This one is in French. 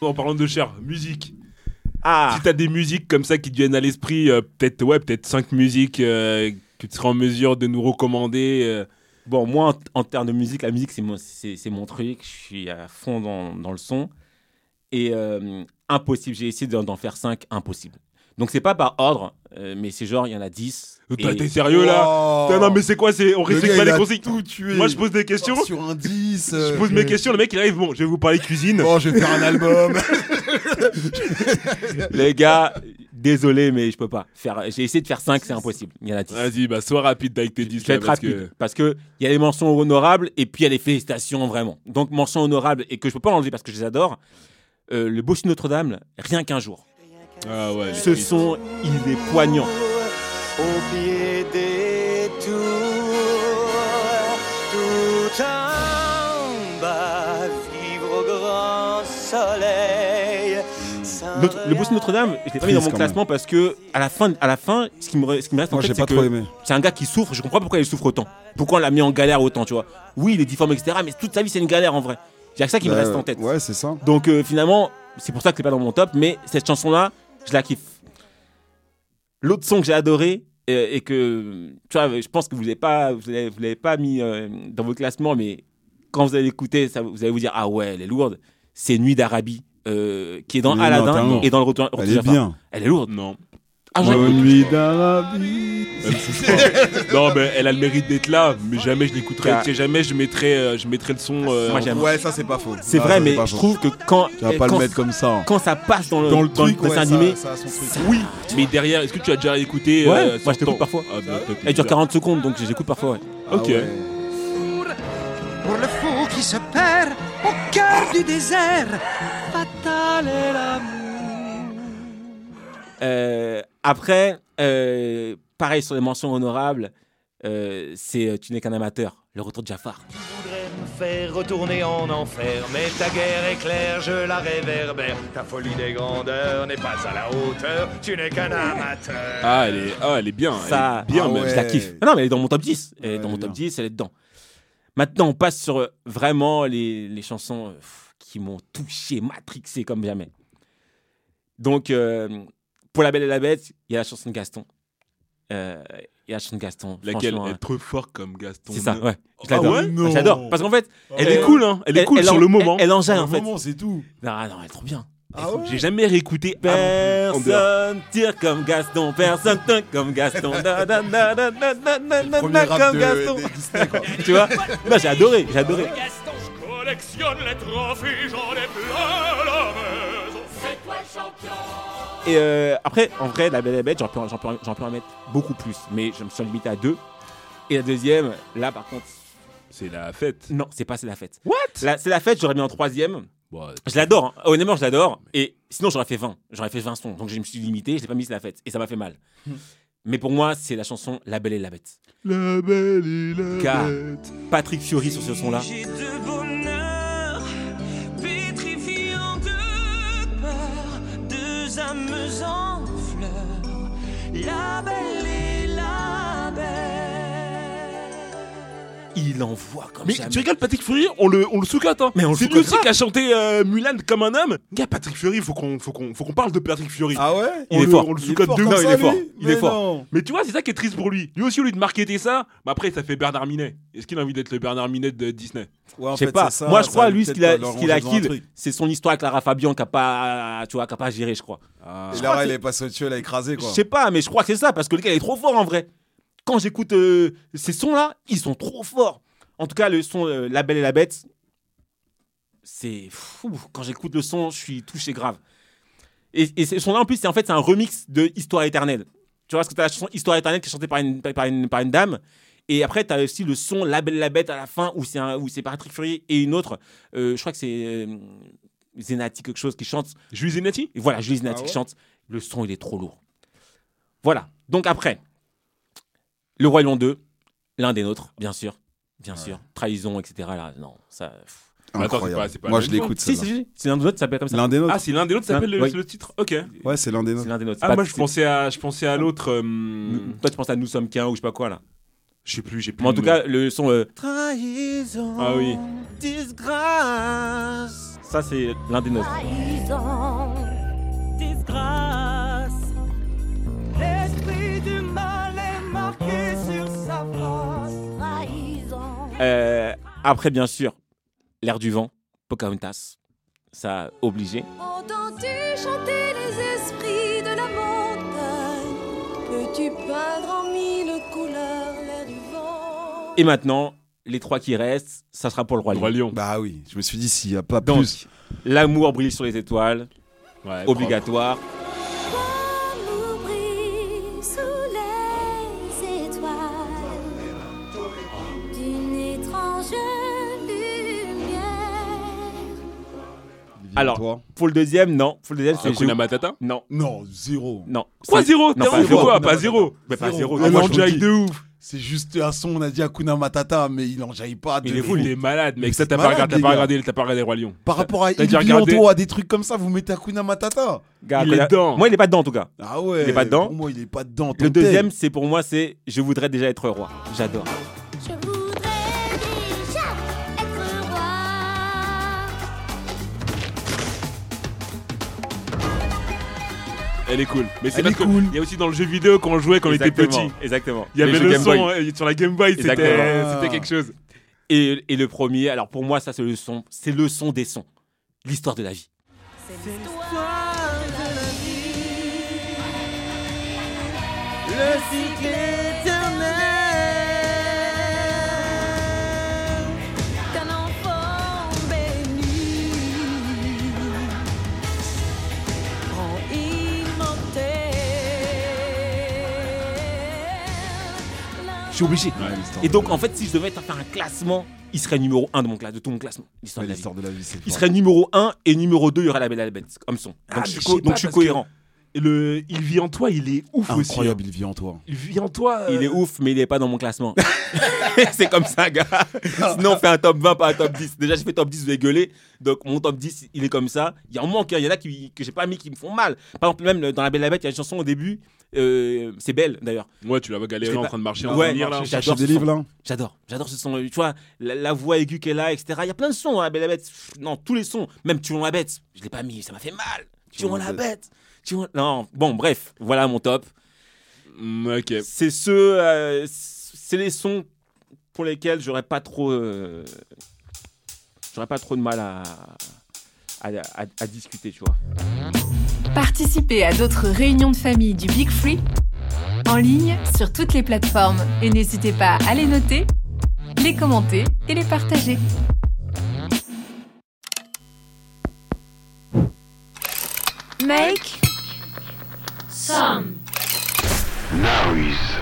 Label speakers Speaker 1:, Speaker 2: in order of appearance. Speaker 1: En parlant de cher, musique.
Speaker 2: Ah
Speaker 1: Si t'as des musiques comme ça qui te viennent à l'esprit, euh, peut-être ouais, peut-être cinq musiques euh, que tu seras en mesure de nous recommander. euh.
Speaker 2: Bon, moi, en, en termes de musique, la musique, c'est mon, c'est, c'est mon truc. Je suis à fond dans, dans le son. Et euh, impossible, j'ai essayé d'en, d'en faire 5, impossible. Donc, c'est pas par ordre, euh, mais c'est genre, il y en a 10.
Speaker 1: Putain, Oh,
Speaker 2: et- Oh.
Speaker 1: T'es sérieux Ah, là Putain, Non mais c'est quoi c'est On
Speaker 3: Le
Speaker 1: respecte
Speaker 3: gars,
Speaker 1: pas
Speaker 3: il
Speaker 1: les
Speaker 3: a
Speaker 1: consignes.
Speaker 3: tout tué.
Speaker 1: Moi je pose des questions.
Speaker 3: sur un 10.
Speaker 1: Je
Speaker 3: euh,
Speaker 1: pose mes questions, le mec il arrive, bon, je vais vous parler cuisine.
Speaker 2: Oh.
Speaker 3: Bon, je vais faire un album.
Speaker 2: Les gars, désolé, mais je peux pas. Faire, j'ai essayé de faire 5, c'est impossible. Il y en a 10.
Speaker 1: Vas-y, bah sois rapide avec tes
Speaker 2: Je
Speaker 1: 10
Speaker 2: vais
Speaker 1: là,
Speaker 2: être
Speaker 1: parce
Speaker 2: rapide parce que il y a les mentions honorables et puis il y a les félicitations vraiment. Donc mentions honorables et que je peux pas enlever parce que je les adore. Euh, le Bossu Notre-Dame, rien qu'un jour.
Speaker 1: que. Ah ouais.
Speaker 2: Ce
Speaker 1: les-
Speaker 2: son, il est poignant.
Speaker 4: Au pied des tours, tout en bas, vivre au grand soleil.
Speaker 2: Notre- le Bossu Notre-Dame, je l'ai pas mis dans mon
Speaker 3: Triste quand même.
Speaker 2: classement parce que à la fin, à la fin, ce qui me, re- ce qui me reste en
Speaker 3: Moi,
Speaker 2: tête,
Speaker 3: j'ai
Speaker 2: c'est
Speaker 3: pas trop
Speaker 2: que
Speaker 3: aimé.
Speaker 2: c'est un gars qui souffre. Je comprends pas pourquoi il souffre autant. Pourquoi on l'a mis en galère autant, tu vois Oui, il est difforme, etc. Mais toute sa vie, c'est une galère en vrai. Il y a que ça qui me
Speaker 3: Bah,
Speaker 2: reste en tête.
Speaker 3: Ouais, c'est ça.
Speaker 2: Donc euh, finalement, c'est pour ça que c'est pas dans mon top, mais cette chanson-là, je la kiffe. L'autre son que j'ai adoré euh, et que tu vois, je pense que vous l'avez pas, vous l'avez, vous l'avez pas mis euh, dans vos classements, mais quand vous allez l'écouter, ça, vous allez vous dire ah ouais, elle est lourde. C'est Nuit d'Arabie euh, qui est dans
Speaker 3: Mais non, t'as
Speaker 2: Aladdin
Speaker 3: un nom.
Speaker 2: et dans le retour. Retour
Speaker 3: Elle
Speaker 2: vers
Speaker 3: est
Speaker 2: le futur.
Speaker 3: bien.
Speaker 2: Elle est lourde.
Speaker 1: Non.
Speaker 2: Ah,
Speaker 1: Ouais,
Speaker 2: j'en ai-
Speaker 1: ouais.
Speaker 3: Nuit d'Arabie.
Speaker 1: Elle me touche pas. non mais elle a le mérite d'être là, mais jamais je l'écouterai.
Speaker 2: Ah.
Speaker 1: Tu sais, jamais je mettrai, euh, je mettrai le son. euh,
Speaker 2: Moi, j'aime.
Speaker 3: Ouais, ça, c'est pas faux.
Speaker 2: C'est
Speaker 3: Ah,
Speaker 2: vrai,
Speaker 3: ça,
Speaker 2: mais
Speaker 3: pas
Speaker 2: je
Speaker 3: faux.
Speaker 2: trouve que quand
Speaker 3: Tu vas pas
Speaker 2: quand,
Speaker 3: le mettre comme ça. hein.
Speaker 2: quand ça passe dans le
Speaker 3: Dans le truc,
Speaker 2: dessin
Speaker 3: ouais, ça-
Speaker 2: animé,
Speaker 3: ça a son truc.
Speaker 2: ça- oui.
Speaker 1: mais derrière, est-ce que tu as déjà écouté
Speaker 2: Ouais, moi, je
Speaker 1: sans
Speaker 2: t'écoute
Speaker 1: temps
Speaker 2: parfois.
Speaker 1: Ah, bah, peut-être
Speaker 2: Elle dure
Speaker 1: bizarre.
Speaker 2: 40 secondes, donc j'écoute parfois. ouais.
Speaker 3: Ah
Speaker 1: Ok.
Speaker 3: ouais.
Speaker 4: Pour le fou qui se perd au cœur du désert, fatal est l'amour.
Speaker 2: Euh, après, euh, pareil sur les mentions honorables, euh, c'est euh, Tu n'es qu'un amateur, le retour de Jafar.
Speaker 4: voudrais me faire retourner en enfer, mais ta guerre est claire, je la réverbère. Ta folie des grandeurs n'est pas à la hauteur, tu n'es qu'un amateur.
Speaker 1: Ah elle est, ah, elle est bien. elle
Speaker 2: Ça,
Speaker 1: est bien
Speaker 3: Ah
Speaker 1: même.
Speaker 3: ouais.
Speaker 2: je la kiffe. Non, non, mais elle est dans mon top 10. Elle est
Speaker 3: Ouais,
Speaker 2: dans mon
Speaker 3: elle est
Speaker 2: top
Speaker 3: bien.
Speaker 2: 10, elle est dedans. Maintenant, on passe sur euh, vraiment les, les chansons euh, pff, qui m'ont touché, matrixé comme jamais. Donc, euh, pour La Belle et la Bête, il y a la chanson de Gaston. Euh, Il y a la chanson de Gaston.
Speaker 1: Laquelle
Speaker 2: franchement, hein.
Speaker 1: Être fort comme Gaston.
Speaker 2: C'est ça, ouais. Je
Speaker 1: Ah
Speaker 2: l'adore.
Speaker 1: ouais
Speaker 2: Je l'adore. Parce qu'en fait,
Speaker 1: Elle est cool, hein. Elle est cool sur
Speaker 2: en-
Speaker 1: le moment.
Speaker 2: Elle, elle en gèle, en fait.
Speaker 3: c'est tout.
Speaker 2: Non, non, elle est trop bien.
Speaker 3: Ah
Speaker 2: Oh.
Speaker 3: ouais.
Speaker 1: J'ai jamais réécouté. Personne.
Speaker 2: Personne tire comme Gaston, personne tire comme Gaston, na, na, na, na, na, na, na, na,
Speaker 3: Premier
Speaker 2: comme
Speaker 3: rap de,
Speaker 2: Gaston.
Speaker 3: des Disney, quoi.
Speaker 2: Tu vois Non, j'ai adoré, j'ai adoré. Et euh, après, en vrai, la belle et la bête, j'en peux, j'en peux- j'en peux en mettre beaucoup plus, mais je me suis limité à deux. Et la deuxième, là par contre,
Speaker 1: C'est la fête.
Speaker 2: non, c'est pas c'est la fête. What C'est la fête, j'aurais mis en troisième.
Speaker 1: Bon,
Speaker 2: Je l'adore, hein. honnêtement, je l'adore. Et sinon, j'aurais fait 20. J'aurais fait 20 sons. Donc, je me suis limité, je l'ai pas mis sur la fête. Et ça m'a fait mal. Mais pour moi, c'est la chanson La Belle et la Bête.
Speaker 3: La belle et la
Speaker 2: Car-
Speaker 3: bête.
Speaker 2: Patrick Fiori sur ce son-là.
Speaker 4: J'ai de bonheur, pétrifiant de peur, deux âmes en fleurs, la belle et la belle.
Speaker 2: Il envoie comme
Speaker 1: Mais
Speaker 2: jamais.
Speaker 1: tu regardes Patrick Fury, on le, on le sous-cote, hein.
Speaker 2: Mais on le
Speaker 1: C'est lui
Speaker 2: sous-cote
Speaker 1: aussi qui a chanté euh, Mulan comme un homme. Gars, Patrick Fury, faut qu'on, faut qu'on, faut qu'on parle de Patrick Fury.
Speaker 3: Ah ouais
Speaker 1: On
Speaker 2: il est
Speaker 1: le-
Speaker 2: fort.
Speaker 1: on le
Speaker 3: Il est
Speaker 1: sous-cote
Speaker 3: fort
Speaker 1: de
Speaker 3: comme
Speaker 1: ouf.
Speaker 2: il
Speaker 3: ça,
Speaker 2: est
Speaker 3: lui
Speaker 2: fort, il
Speaker 3: Mais
Speaker 2: est fort.
Speaker 3: non.
Speaker 1: Mais tu vois, c'est ça qui est triste pour lui. Lui aussi, au lieu de marketer ça, bah après, ça fait Bernard Minet. Est-ce qu'il a envie d'être le Bernard Minet de Disney
Speaker 3: Ouais, en
Speaker 2: Je sais
Speaker 3: fait,
Speaker 2: pas.
Speaker 3: c'est ça,
Speaker 2: moi, je
Speaker 3: ça
Speaker 2: crois,
Speaker 3: va
Speaker 2: lui, ce
Speaker 3: peut-être
Speaker 2: qu'il a,
Speaker 3: leur
Speaker 2: ce qu'il a
Speaker 3: ranger dans un
Speaker 2: kill,
Speaker 3: truc.
Speaker 2: c'est son histoire avec Lara Fabian qui a pas, tu vois, qui a pas géré, je crois.
Speaker 3: Et Lara, elle est passée au-dessus, elle Ah. a écrasé,
Speaker 2: Je
Speaker 3: quoi.
Speaker 2: sais pas, mais je crois que c'est ça parce que le gars il est trop fort en vrai. Quand j'écoute euh, ces sons-là, ils sont trop forts. En tout cas, le son euh, La Belle et la Bête, c'est fou. Quand j'écoute le son, je suis touché grave. Et, et ce son-là en plus, c'est en fait c'est un remix de Histoire éternelle. Tu vois, parce que t'as la chanson Histoire éternelle qui est chantée par une, par une, par une dame. Et après, t'as aussi le son La Belle et la Bête à la fin où c'est un- où c'est Patrick Fury et une autre. euh, je crois que c'est euh, Zenati quelque chose qui chante.
Speaker 1: Jules Zenati
Speaker 2: Et voilà, Julie Zenati
Speaker 3: Ah
Speaker 2: qui
Speaker 3: ouais
Speaker 2: chante. Le son, il est trop lourd. Voilà. Donc après, Le Roi Lion 2, l'un des nôtres, bien sûr. Bien sûr. Trahison, etc. Là, non, ça. pff.
Speaker 1: Attends, c'est pas-
Speaker 3: Incroyable.
Speaker 1: c'est pas
Speaker 3: Moi,
Speaker 1: la
Speaker 3: je
Speaker 1: même
Speaker 3: l'écoute,
Speaker 2: Si, si,
Speaker 3: celle-là.
Speaker 2: si, c'est l'un des nôtres, ça s'appelle comme ça.
Speaker 3: L'un des
Speaker 1: Ah,
Speaker 3: nôtres.
Speaker 1: c'est l'un des nôtres, ça
Speaker 2: Euh, L'un-
Speaker 1: s'appelle le,
Speaker 2: oui.
Speaker 1: c'est le titre Ok.
Speaker 3: Ouais, c'est l'un des
Speaker 2: C'est
Speaker 3: nôtres.
Speaker 2: l'un des nôtres. c'est
Speaker 1: Ah,
Speaker 2: pas-
Speaker 1: moi, je
Speaker 2: c'est-
Speaker 1: pensais à, je pensais à l'autre. euh,
Speaker 2: Toi, tu penses à Nous sommes qu'un ou je sais pas quoi là.
Speaker 1: Je sais plus, j'ai plus.
Speaker 2: Mais en
Speaker 1: le
Speaker 2: tout
Speaker 1: nom.
Speaker 2: cas, le son. euh, Trahison.
Speaker 1: Ah oui.
Speaker 2: Disgrâce. Ah Ça, c'est l'un des nôtres.
Speaker 5: Trahison, disgrâce. L'esprit du mal est marqué sur sa face. Trahison.
Speaker 2: Euh, après, bien sûr, l'air du vent, Pocahontas. Ça, obligé.
Speaker 6: Entends-tu chanter les esprits de la montagne Peux-tu peindre en mille couleurs l'air du vent
Speaker 2: Et maintenant, les trois qui restent, ça sera pour le Roi Lion.
Speaker 1: Roi Lion.
Speaker 3: Bah oui, je me suis dit s'il n'y a pas
Speaker 2: Donc,
Speaker 3: plus.
Speaker 2: L'amour brille sur les étoiles,
Speaker 1: Ouais,
Speaker 2: obligatoire.
Speaker 6: L'amour brille sous les étoiles d'une étrange lumière.
Speaker 2: Alors,
Speaker 3: Toi.
Speaker 2: Pour le deuxième, non. Pour le deuxième,
Speaker 1: bravo.
Speaker 2: c'est
Speaker 1: Hakuna
Speaker 2: Géo.
Speaker 1: Ah, Matata
Speaker 2: Non,
Speaker 3: Non, zéro.
Speaker 2: non.
Speaker 1: Quoi,
Speaker 2: Ça-
Speaker 1: zéro
Speaker 2: Non,
Speaker 1: T'as
Speaker 2: pas
Speaker 1: vu
Speaker 2: zéro.
Speaker 1: Quoi,
Speaker 3: Non,
Speaker 1: pas
Speaker 3: non,
Speaker 1: zéro
Speaker 2: Mais pas
Speaker 3: Zéro.
Speaker 2: zéro.
Speaker 3: Ah,
Speaker 1: Il
Speaker 3: moi, je
Speaker 1: en
Speaker 3: vous
Speaker 1: jaille
Speaker 3: le
Speaker 1: de ouf
Speaker 3: C'est juste à son, on a dit Akuna Matata, mais il en jaillit pas. de
Speaker 1: Il est
Speaker 3: fou.
Speaker 1: fou, il est malade, mec. Ça,
Speaker 3: c'est
Speaker 1: t'as pas
Speaker 3: malade,
Speaker 1: regardé,
Speaker 3: les
Speaker 1: t'as pas
Speaker 3: gars.
Speaker 1: regardé, t'as pas regardé Roi Lion.
Speaker 3: Par rapport à
Speaker 1: T'as
Speaker 3: Il
Speaker 1: déjà regardé
Speaker 3: Biondo, à des trucs comme ça, vous mettez Akuna Matata.
Speaker 2: Gars,
Speaker 1: Il est
Speaker 2: Hakuna-
Speaker 1: dedans.
Speaker 2: Moi, il est pas dedans en tout cas.
Speaker 3: Ah ouais.
Speaker 2: Il est pas dedans.
Speaker 3: Pour moi, il est pas dedans.
Speaker 2: Le
Speaker 3: Tom
Speaker 2: deuxième, c'est pour moi, c'est je voudrais déjà être roi. J'adore.
Speaker 6: Je voudrais déjà être roi.
Speaker 1: Elle est cool. Mais c'est
Speaker 3: Elle est
Speaker 1: parce que
Speaker 3: cool.
Speaker 1: il y a aussi dans le jeu vidéo quand on jouait quand on était
Speaker 2: Exactement,
Speaker 1: petit.
Speaker 2: Exactement.
Speaker 1: Il y avait
Speaker 2: jeux
Speaker 1: le
Speaker 2: Game
Speaker 1: son
Speaker 2: Boy.
Speaker 1: euh, sur la Game Boy, c'était euh,
Speaker 2: Exactement.
Speaker 1: c'était quelque chose.
Speaker 2: Et, et le premier, alors pour moi, ça, c'est le son. C'est le son des sons. L'histoire de la vie.
Speaker 5: C'est l'histoire de la vie.
Speaker 2: Le cycle éternel.
Speaker 5: D'un enfant béni. Rend immortel.
Speaker 2: Je suis obligé.
Speaker 3: Hanks. Ouais, l'histoire
Speaker 2: Et
Speaker 3: de
Speaker 2: donc,
Speaker 3: la
Speaker 2: en fait, si je devais faire un classement, il serait numéro 1 de, mon classe, de tout mon classement.
Speaker 3: vie.
Speaker 2: L'histoire
Speaker 3: Ouais,
Speaker 2: de la vie.
Speaker 3: l'histoire de la vie, c'est
Speaker 2: Il
Speaker 3: fort.
Speaker 2: serait numéro 1 et numéro 2, il y aura la Belle et la Bête comme son. Donc,
Speaker 1: Ah,
Speaker 2: je, suis
Speaker 1: mais
Speaker 2: co-
Speaker 1: je sais
Speaker 2: donc
Speaker 1: pas,
Speaker 2: je suis
Speaker 1: parce
Speaker 2: cohérent.
Speaker 1: Et le il vit en toi, il est ouf
Speaker 3: incroyable, il vit en toi.
Speaker 1: aussi. hein. Il vit en toi. euh,
Speaker 2: Il est ouf, mais il est pas dans mon classement. c'est comme ça, gars. Sinon, on fait un top 20, pas un top 10. Déjà, j'ai fait top 10, vous avez gueulé. Donc, mon top 10, il est comme ça. Il y en manque, hein. il y en a qui, que j'ai pas mis qui me font mal. Par exemple, même euh, dans La Belle et la Bête, il y a une chanson au début. euh, c'est belle, d'ailleurs.
Speaker 1: Ouais, tu la vois
Speaker 2: Je
Speaker 1: galérer
Speaker 2: l'ai
Speaker 1: en
Speaker 2: pas-
Speaker 1: train de marcher en
Speaker 2: Ouais,
Speaker 1: venir là.
Speaker 2: marcher,
Speaker 3: Chercher
Speaker 2: J'adore
Speaker 3: des
Speaker 2: ce
Speaker 3: livres
Speaker 2: son.
Speaker 3: là
Speaker 2: J'adore, j'adore ce son. Tu vois, la, la voix aiguë qu'elle a, etc. Il y a plein de sons dans La Belle et la Bête. Pff, Non, tous les sons. Même Tu en la bête, je l'ai pas mis, ça m'a fait mal. Tu en la bête. Tu en- Non, bon, bref, voilà mon top.
Speaker 1: Mm, Ok.
Speaker 2: C'est ceux, euh, c'est les sons pour lesquels j'aurais pas trop, euh, j'aurais pas trop de mal à, à, à- à discuter, tu vois.
Speaker 7: Participez à d'autres réunions de famille du Big Free en ligne sur toutes les plateformes et n'hésitez pas à les noter, les commenter et les partager. Make
Speaker 6: Somme.
Speaker 8: Noise.